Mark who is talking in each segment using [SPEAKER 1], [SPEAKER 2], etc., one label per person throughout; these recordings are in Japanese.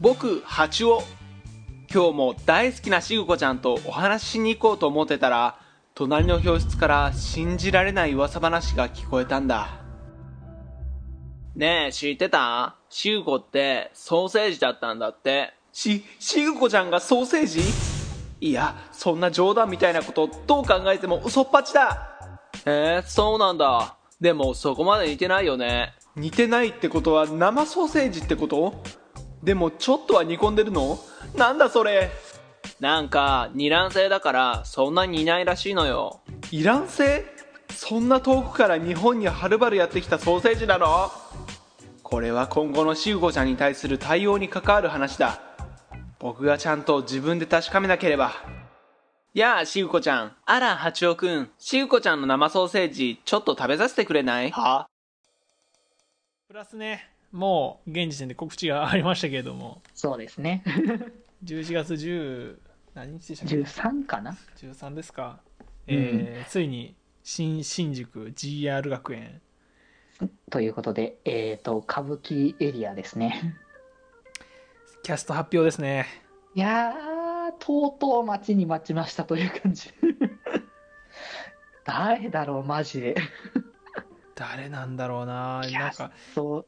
[SPEAKER 1] 僕八尾今日も大好きなしぐこちゃんとお話ししに行こうと思ってたら隣の教室から信じられない噂話が聞こえたんだねえ知ってたしぐこってソーセージだったんだってししぐこちゃんがソーセージいやそんな冗談みたいなことどう考えても嘘っぱちだえー、そうなんだでもそこまで似てないよね似てないってことは生ソーセージってことでもちょっとは煮込んでるのなんだそれなんか二卵性だからそんなにいないらしいのよ二卵性そんな遠くから日本にはるばるやってきたソーセージなのこれは今後のシウゴちゃんに対する対応に関わる話だ僕がちゃんと自分で確かめなければやあ、しうこちゃん。あら、八尾くん。しうこちゃんの生ソーセージ、ちょっと食べさせてくれないは
[SPEAKER 2] プラスね、もう現時点で告知がありましたけれども、
[SPEAKER 3] そうです ね。
[SPEAKER 2] 11月10何日でしたっけ
[SPEAKER 3] 13かな
[SPEAKER 2] 13ですか、えーついに新新宿 GR 学園
[SPEAKER 3] ということで、えっ、と、歌舞伎エリアで すね。
[SPEAKER 2] キャスト発表ですね
[SPEAKER 3] いやー、とうとう待ちに待ちましたという感じ。 誰だろう、マジで。
[SPEAKER 2] 誰なんだろうななんか
[SPEAKER 3] そう、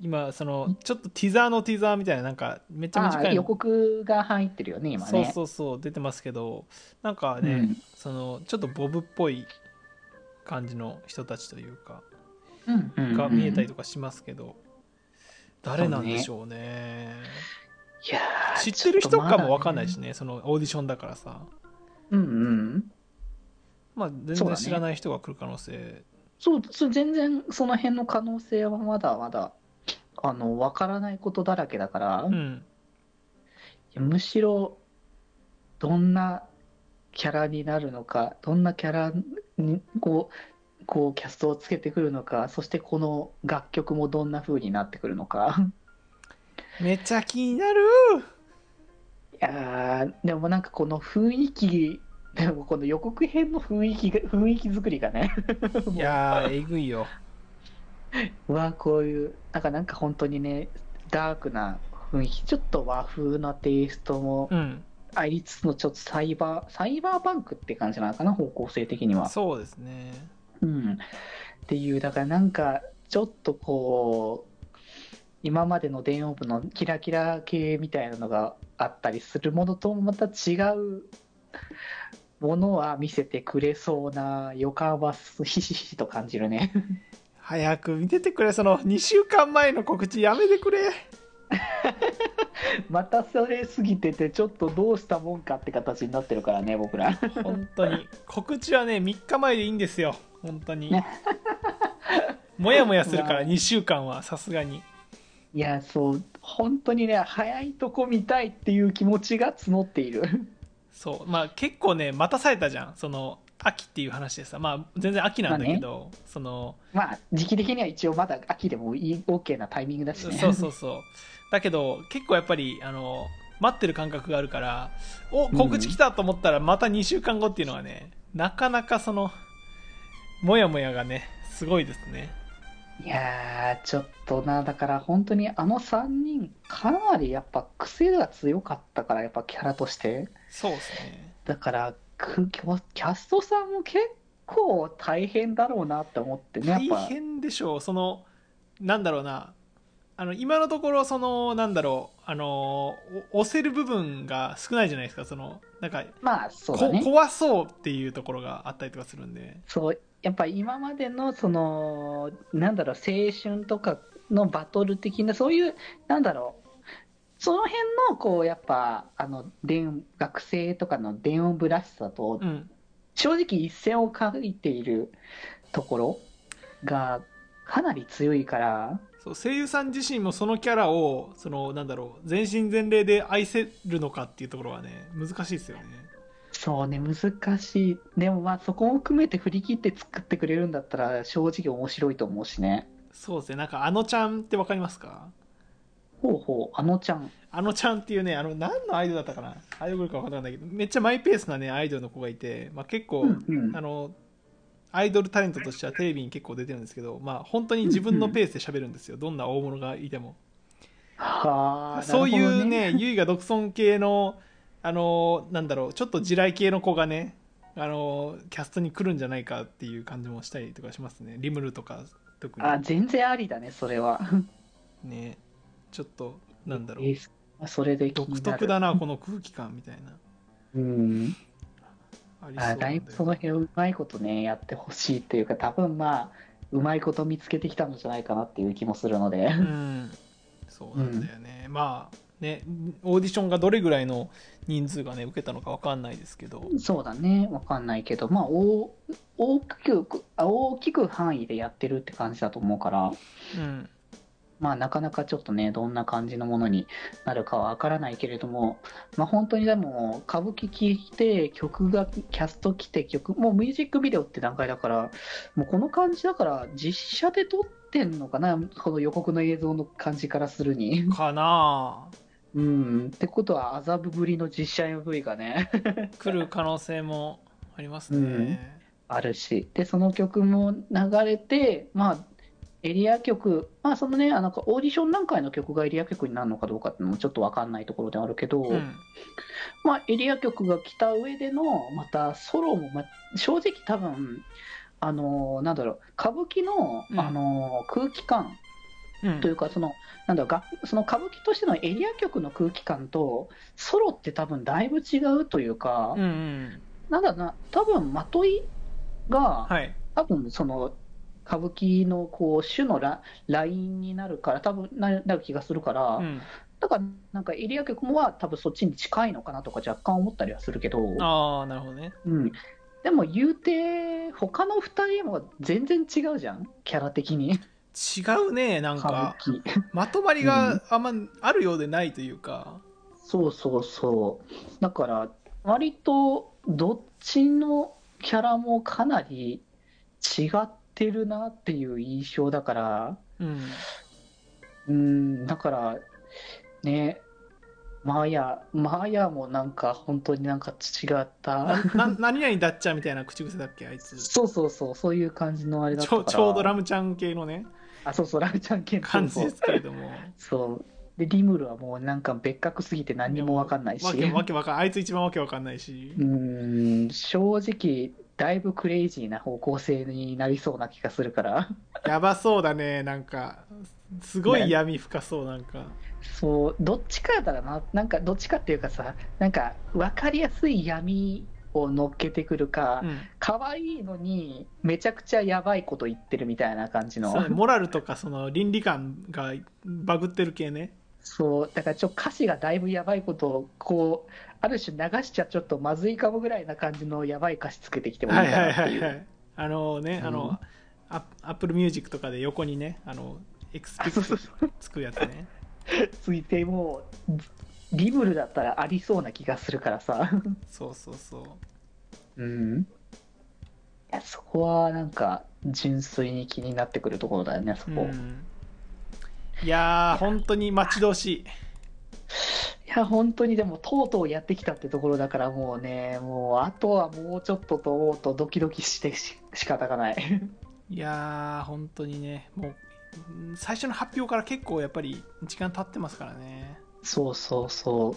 [SPEAKER 2] 今そのちょっとティザーのティザーみたいななんかめっちゃ
[SPEAKER 3] あ
[SPEAKER 2] 短
[SPEAKER 3] ー
[SPEAKER 2] い
[SPEAKER 3] 予
[SPEAKER 2] の
[SPEAKER 3] 告が入ってるよね、今
[SPEAKER 2] そう
[SPEAKER 3] ね。
[SPEAKER 2] そうそう出てますけどなんかね、
[SPEAKER 3] うん
[SPEAKER 2] そのちょっとボブっぽい感じの人たちというか
[SPEAKER 3] うんうんうん
[SPEAKER 2] が見えたりとかしますけど、誰なんでしょうね
[SPEAKER 3] いやー
[SPEAKER 2] 知ってる人かも分かんない。
[SPEAKER 3] ちょ
[SPEAKER 2] しねそのオーディションだからさ
[SPEAKER 3] っとまだねうんうん。
[SPEAKER 2] まあ全
[SPEAKER 3] そ
[SPEAKER 2] 然
[SPEAKER 3] うだね
[SPEAKER 2] 知らない人が来る可能性
[SPEAKER 3] そう、そう全然その辺の可能性はまだまだ、あの、わからないことだらけだから、
[SPEAKER 2] う,、
[SPEAKER 3] い
[SPEAKER 2] ん
[SPEAKER 3] やむしろ、どんなキャラになるのか、どんなキャラに、こう、こうキャストをつけてくるのか、そしてこの楽曲もどんな風になってくる のか。
[SPEAKER 2] めっちゃ気になる
[SPEAKER 3] いやーでもなんかこの雰囲気、でもこの予告編の雰囲気が、雰囲気作りがね、
[SPEAKER 2] いやーえぐいよ
[SPEAKER 3] わあこういうなんかなんか本当にねダークな雰囲気ちょっと和風なテイストも
[SPEAKER 2] うん
[SPEAKER 3] ありつつのちょっとサイバーサイバーパンクって感じなのかな方向性的には
[SPEAKER 2] そうですね
[SPEAKER 3] うんっていうだからなんかちょっとこう今までの電音部のキラキラ系みたいなのがあったりするものともまた違うものは見せてくれそうな予感はひしひしと感じる ね
[SPEAKER 2] 早く見ててくれその2週間前の告知やめてくれ
[SPEAKER 3] またそれ過ぎててちょっとどうしたもんかって形になってるからね僕ら
[SPEAKER 2] 本当に告知はね3日前でいいんですよ本当に もやもやするから2週間はさすがに
[SPEAKER 3] いやそう本当にね早いとこ見たいっていう気持ちが募っている
[SPEAKER 2] そうまあ結構ね待たされたじゃんその秋っていう話でさまあ全然秋なんだけど、その
[SPEAKER 3] まあ時期的には一応まだ秋でもいい OK なタイミングだしね
[SPEAKER 2] そうそうそうだけど結構やっぱりあの待ってる感覚があるからお告知来たと思ったらまた2週間後っていうのはね、なかなかそのもやもやがねすごいですね
[SPEAKER 3] いやーちょっとなだから本当にあの3人かなりやっぱ癖が強かったからやっぱキャラとして
[SPEAKER 2] そうですね
[SPEAKER 3] だからくキャキャストさんも結構大変だろうなって思ってねやっ
[SPEAKER 2] 大
[SPEAKER 3] ぱ
[SPEAKER 2] 変でしょうそのなんだろうなあの今のところそのなんだろうあのお押せる部分が少ないじゃないですかそのなんか
[SPEAKER 3] まあそうだ
[SPEAKER 2] こ
[SPEAKER 3] ね
[SPEAKER 2] 怖そうっていうところがあったりとかするんで
[SPEAKER 3] そうやっぱ今までのそのなんだろう青春とかのバトル的なそういうなんだろうその辺のこうやっぱあの電学生とかの電音ブらしさと
[SPEAKER 2] うん
[SPEAKER 3] 正直一線を書いているところがかなり強いから
[SPEAKER 2] そう声優さん自身もそのキャラをそのなんだろう全身全霊で愛せるのかっていうところはね難しいですよね
[SPEAKER 3] そうね難しいでもまあそこも含めて振り切って作ってくれるんだったら正直面白いと思うしね
[SPEAKER 2] そうですねなんかあのちゃんってわかりますか
[SPEAKER 3] ほうほうあのちゃん
[SPEAKER 2] あのちゃんっていうねあの何のアイドルだったかなアイドルかわかんないけどめっちゃマイペースなねアイドルの子がいて、まあ、結構、
[SPEAKER 3] うんうん
[SPEAKER 2] あのアイドルタレントとしてはテレビに結構出てるんですけど、まあ、本当に自分のペースで喋るんですよどんな大物がいても
[SPEAKER 3] はあ、
[SPEAKER 2] そうい
[SPEAKER 3] なるほ
[SPEAKER 2] う
[SPEAKER 3] ど
[SPEAKER 2] ね、 ゆいが独尊系の、あのーなんだろう、ちょっと地雷系の子がね、あのーキャストに来るんじゃないかっていう感じもしたりとかしますね。リムルとか、特
[SPEAKER 3] あ、全然ありだね、それは。
[SPEAKER 2] に。ね、ちょっと、なんだろ
[SPEAKER 3] え
[SPEAKER 2] う、
[SPEAKER 3] ーそれで気にな
[SPEAKER 2] 独
[SPEAKER 3] る
[SPEAKER 2] 特だな、この空気感みたいな。
[SPEAKER 3] うん。
[SPEAKER 2] ありそうな
[SPEAKER 3] あ
[SPEAKER 2] んだ
[SPEAKER 3] だい
[SPEAKER 2] よ
[SPEAKER 3] ぶその辺をうまいことね、やってほしいというか、多分まあ、うまいこと見つけてきたんじゃないかなっていう気もするので。
[SPEAKER 2] うん、そうなんだよね、まあねオーディションがどれぐらいの人数がね受けたのかわかんないですけど、
[SPEAKER 3] そうだね、わかんないけど、まあ、大大きく、あ大きく範囲でやってるって感じだと思うから、
[SPEAKER 2] うん、
[SPEAKER 3] まあ、なかなかちょっとね、どんな感じのものになるかはわからないけれども、まあ、本当にでも、歌舞伎聴いて、曲が、キャスト来て、曲、もうミュージックビデオって段階だから、もうこの感じだから、実写で撮ってんのかな、この予告の映像の感じからするに。
[SPEAKER 2] かなあ
[SPEAKER 3] うん、ってことは、麻布ぶりの実写 MV がね、
[SPEAKER 2] 来る可能性もありますね、
[SPEAKER 3] あるし、で、その曲も流れて、まあ、エリア曲、まあ、そのね、あのオーディション段階の曲がエリア曲になるのかどうかっていうのもちょっとわかんないところではあるけど、
[SPEAKER 2] うん
[SPEAKER 3] まあ、エリア曲が来た上での、またソロも、まあ、正直多分、あのーなんだろう、歌舞伎の、
[SPEAKER 2] うん
[SPEAKER 3] あのー空気感
[SPEAKER 2] うん
[SPEAKER 3] というか、その、なんだろうが、その歌舞伎としてのエリア曲の空気感と、ソロって多分だいぶ違うというか、
[SPEAKER 2] うんうん
[SPEAKER 3] なんだろうな、多分、まといが、
[SPEAKER 2] はい
[SPEAKER 3] 多分その歌舞伎のこう種のララインになるから多分ななる気がするから、
[SPEAKER 2] うん、
[SPEAKER 3] だからなんかエリア曲もは多分そっちに近いのかなとか若干思ったりはするけど、
[SPEAKER 2] ああなるほどね
[SPEAKER 3] うん、でも言うて他の2人も全然違うじゃんキャラ的に
[SPEAKER 2] 違うねなん
[SPEAKER 3] 歌
[SPEAKER 2] か
[SPEAKER 3] 舞伎
[SPEAKER 2] まとまりがあんまあるようでないというか、
[SPEAKER 3] そうそうそうだから割とどっちのキャラもかなり違ってるなっていう印象だから
[SPEAKER 2] うん、
[SPEAKER 3] うーん、だから、ね、マーヤ、マーヤもなんか本当になんか違った。
[SPEAKER 2] な何々だっちゃみたいな口癖だっけあいつち
[SPEAKER 3] そうそうそう、そういう感じのあれだったか
[SPEAKER 2] ょ
[SPEAKER 3] ら。
[SPEAKER 2] ちょうどラムちゃん系のね
[SPEAKER 3] あ、そうそう、ラムちゃん系の
[SPEAKER 2] 感じですけれども
[SPEAKER 3] そうそう。で、リムルはもうなんか別格すぎて何にもわかんないし。
[SPEAKER 2] わけわけわかんあいつ一番わけわかんないし、
[SPEAKER 3] うーん、正直、だいぶクレイジーな方向性になりそうな気がするから。
[SPEAKER 2] やばそうだねなんかすごい闇深そうなんか、
[SPEAKER 3] そうどっちかだななんかどっちかっていうかさなんか分かりやすい闇を乗っけてくるか、
[SPEAKER 2] うん
[SPEAKER 3] 可愛いのにめちゃくちゃやばいこと言ってるみたいな感じの
[SPEAKER 2] そうねモラルとかその倫理観がバグってる系ね
[SPEAKER 3] そうだからちょっと歌詞がだいぶやばいことをこうある種流しちゃちょっとまずいかもぐらいな感じのやばい歌詞つけてきてもいい
[SPEAKER 2] はい
[SPEAKER 3] か
[SPEAKER 2] はい
[SPEAKER 3] なっ
[SPEAKER 2] は
[SPEAKER 3] てい、
[SPEAKER 2] いうはいあのね、あ
[SPEAKER 3] うん
[SPEAKER 2] のアアップルミュージックとかで横にねあのエクスペ
[SPEAKER 3] あそうそう
[SPEAKER 2] ク
[SPEAKER 3] そ
[SPEAKER 2] トつくやつね
[SPEAKER 3] ついてもうリブルだったらありそうな気がするからさ
[SPEAKER 2] そうそうそう
[SPEAKER 3] うんいやそこはなんか純粋に気になってくるところだよねそこ、
[SPEAKER 2] う
[SPEAKER 3] い
[SPEAKER 2] んいやー本当に待ち遠しい
[SPEAKER 3] や本当にでもとうとうやってきたってところだからもうねもうあとはもうちょっとと思うとドキドキしてし仕方がない
[SPEAKER 2] いやー本当にねもううん最初の発表から結構やっぱり時間経ってますからね
[SPEAKER 3] そうそうそう。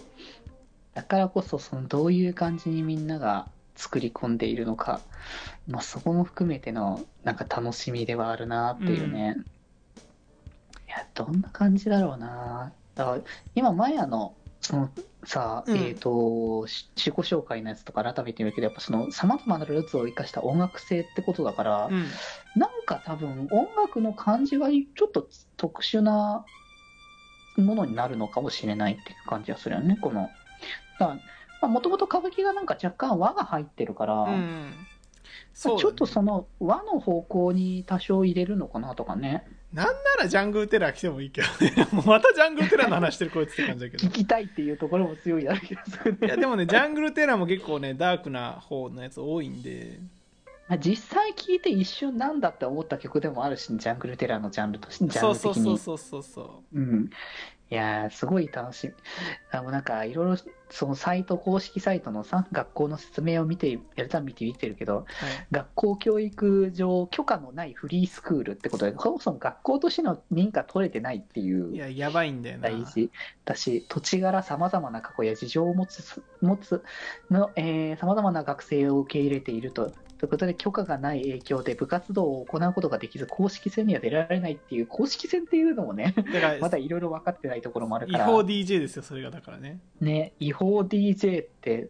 [SPEAKER 3] だからこそ、そのどういう感じにみんなが作り込んでいるのか、まあ、そこも含めてのなんか楽しみではあるなっていうね。いや、どんな感じだろうな。だから今、マヤの、そのさ、
[SPEAKER 2] うん
[SPEAKER 3] えっ、と、し自己紹介のやつとか改めて見るけど、やっぱその様々なルーツを生かした音楽性ってことだから、
[SPEAKER 2] うん
[SPEAKER 3] なんか多分音楽の感じがちょっと特殊なものになるのかもしれないっていう感じがするよね、この。もともと歌舞伎がなんか若干和が入ってるから、
[SPEAKER 2] うん
[SPEAKER 3] ま
[SPEAKER 2] そ
[SPEAKER 3] あ
[SPEAKER 2] うだね
[SPEAKER 3] ちょっとその和の方向に多少入れるのかなとかね、
[SPEAKER 2] ならジャングルテラー来てもいいけどね。 もうまたジャングルテラーの話してるこいつって感じだけ
[SPEAKER 3] 聞
[SPEAKER 2] ど。
[SPEAKER 3] きたいっていうところも強いだろうけど、そこね
[SPEAKER 2] いやでもね、ジャングルテラーも結構ね、ダークな方のやつ多いんで、
[SPEAKER 3] まあ実際聴いて一瞬なんだって思った曲でもあるし、ジャングルテラーのジャンルとして、ジャ
[SPEAKER 2] そ
[SPEAKER 3] ン
[SPEAKER 2] う
[SPEAKER 3] ル
[SPEAKER 2] そう
[SPEAKER 3] 的
[SPEAKER 2] そう
[SPEAKER 3] に。
[SPEAKER 2] そうそうそ
[SPEAKER 3] うん、いやーすごい楽しみ。あもうなんかいろいろそのサイト公式サイトのさ学校の説明を見てやるたびに見てるけど学校教育上許可のないフリースクールってことでそもそも学校としての認可取れてないっていう
[SPEAKER 2] いややばいんだよな
[SPEAKER 3] 大事だし土地柄さまざまな過去や事情を持つ持つのさまざまな学生を受け入れていると。ということで許可がない影響で部活動を行うことができず公式戦には出られないっていう公式戦っていうのもね
[SPEAKER 2] だから
[SPEAKER 3] まだいろいろ分かってないところもある
[SPEAKER 2] 違
[SPEAKER 3] から
[SPEAKER 2] 法 DJ ですよそれがだからね
[SPEAKER 3] ね、違法 DJ って、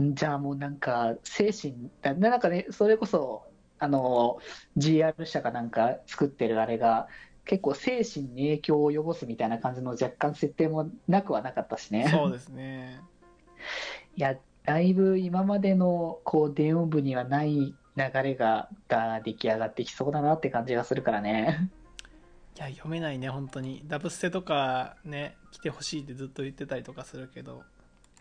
[SPEAKER 3] んじゃあもうなんか、精神、ななんかね、それこそ、あの、GR 社かなんか作ってるあれが、結構精神に影響を及ぼすみたいな感じの若干設定もなくはなかったしね。
[SPEAKER 2] そうですね
[SPEAKER 3] いや、だいぶ今までの、こう、電音部にはない流れが、が出来上がってきそうだなって感じがするからね。
[SPEAKER 2] いや読めないね本当にダブステとかね来てほしいってずっと言ってたりとかするけど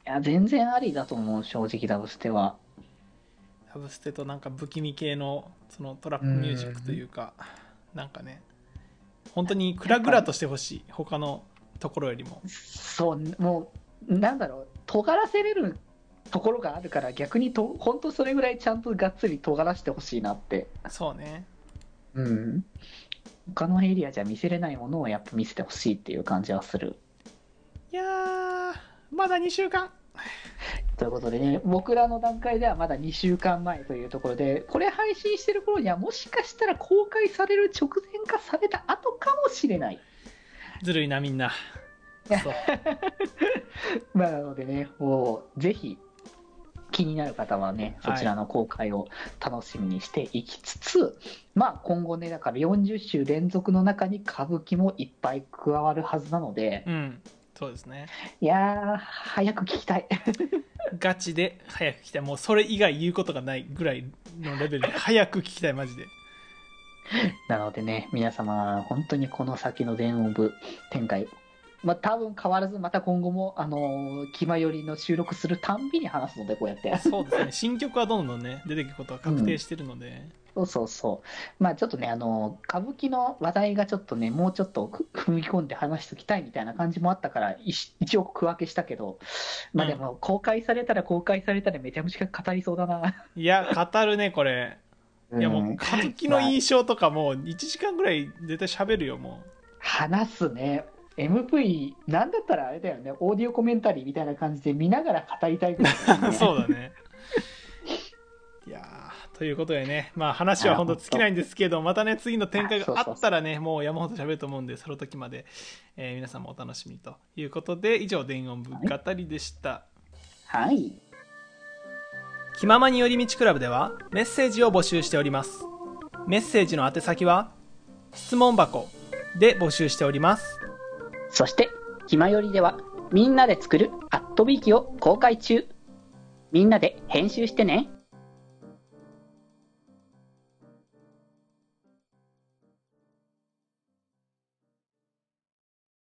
[SPEAKER 3] いや、全然ありだと思う、正直ダブステは。
[SPEAKER 2] ダブステとなんか不気味系のそのトラップミュージックというかなんかね本当にクラグラとしてほしい他のところよりも
[SPEAKER 3] そう、もう、なんだろう、尖らせれるところがあるから、逆にと、本当それぐらいちゃんとがっつり尖らせてほしいなって。
[SPEAKER 2] そうね
[SPEAKER 3] うん。他のエリアじゃ見せれないものをやっぱ見せてほしいっていう感じはする。
[SPEAKER 2] いやーまだ2週間
[SPEAKER 3] ということでね、僕らの段階ではまだ2週間前というところで、これ配信してる頃には、もしかしたら公開される直前かされた後かもしれない。
[SPEAKER 2] ずるいなみんなそう
[SPEAKER 3] まあなのでね、もうぜひ気になる方はね、
[SPEAKER 2] は
[SPEAKER 3] そ
[SPEAKER 2] い
[SPEAKER 3] ちらの公開を楽しみにしていきつつ、まあ今後ね、だから40週連続の中に歌舞伎もいっぱい加わるはずなので、
[SPEAKER 2] うんそうですね
[SPEAKER 3] いやー、早く聞きたい。
[SPEAKER 2] ガチで早く聞きたいもうそれ以外言うことがないぐらいのレ ベルで早く聞きたいマジで
[SPEAKER 3] なのでね、皆様、本当にこの先の全音部展開、まあ多分変わらず、また今後も、あのー、気まよりの収録するたんびに話すので、こうやって。
[SPEAKER 2] そうですね新曲はどんどんね出てくることは確定してるので、
[SPEAKER 3] そうそうそう。まあちょっとね、あの、歌舞伎の話題がちょっとね、もうちょっとふ 踏み込んで話しときたいみたいな感じもあったから、一一応区分けしたけど、まあでも、公開されたら公開されたらめちゃめちゃ語りそうだな。
[SPEAKER 2] いや語るねこれいやもう歌舞伎の印象とかもう1時間ぐらい絶対喋るよも
[SPEAKER 3] 話すね。MV、なんだったらあれだよね、オーディオコメンタリーみたいな感じで見ながら語りたいぐらいだよ
[SPEAKER 2] う
[SPEAKER 3] ね
[SPEAKER 2] そうだねいやーということでねまあ話は本当尽きないんですけどまたね次の展開があったらねもう山ほど喋ると思うんでその時まで、えー皆さんもお楽しみということで以上伝音部語りでした、
[SPEAKER 3] はい。
[SPEAKER 2] 気ままに寄り道クラブではメッセージを募集しておりますメッセージの宛先は質問箱で募集しております
[SPEAKER 3] そして、ひまよりでは、みんなで作るアットビーキを公開中。みんなで編集してね。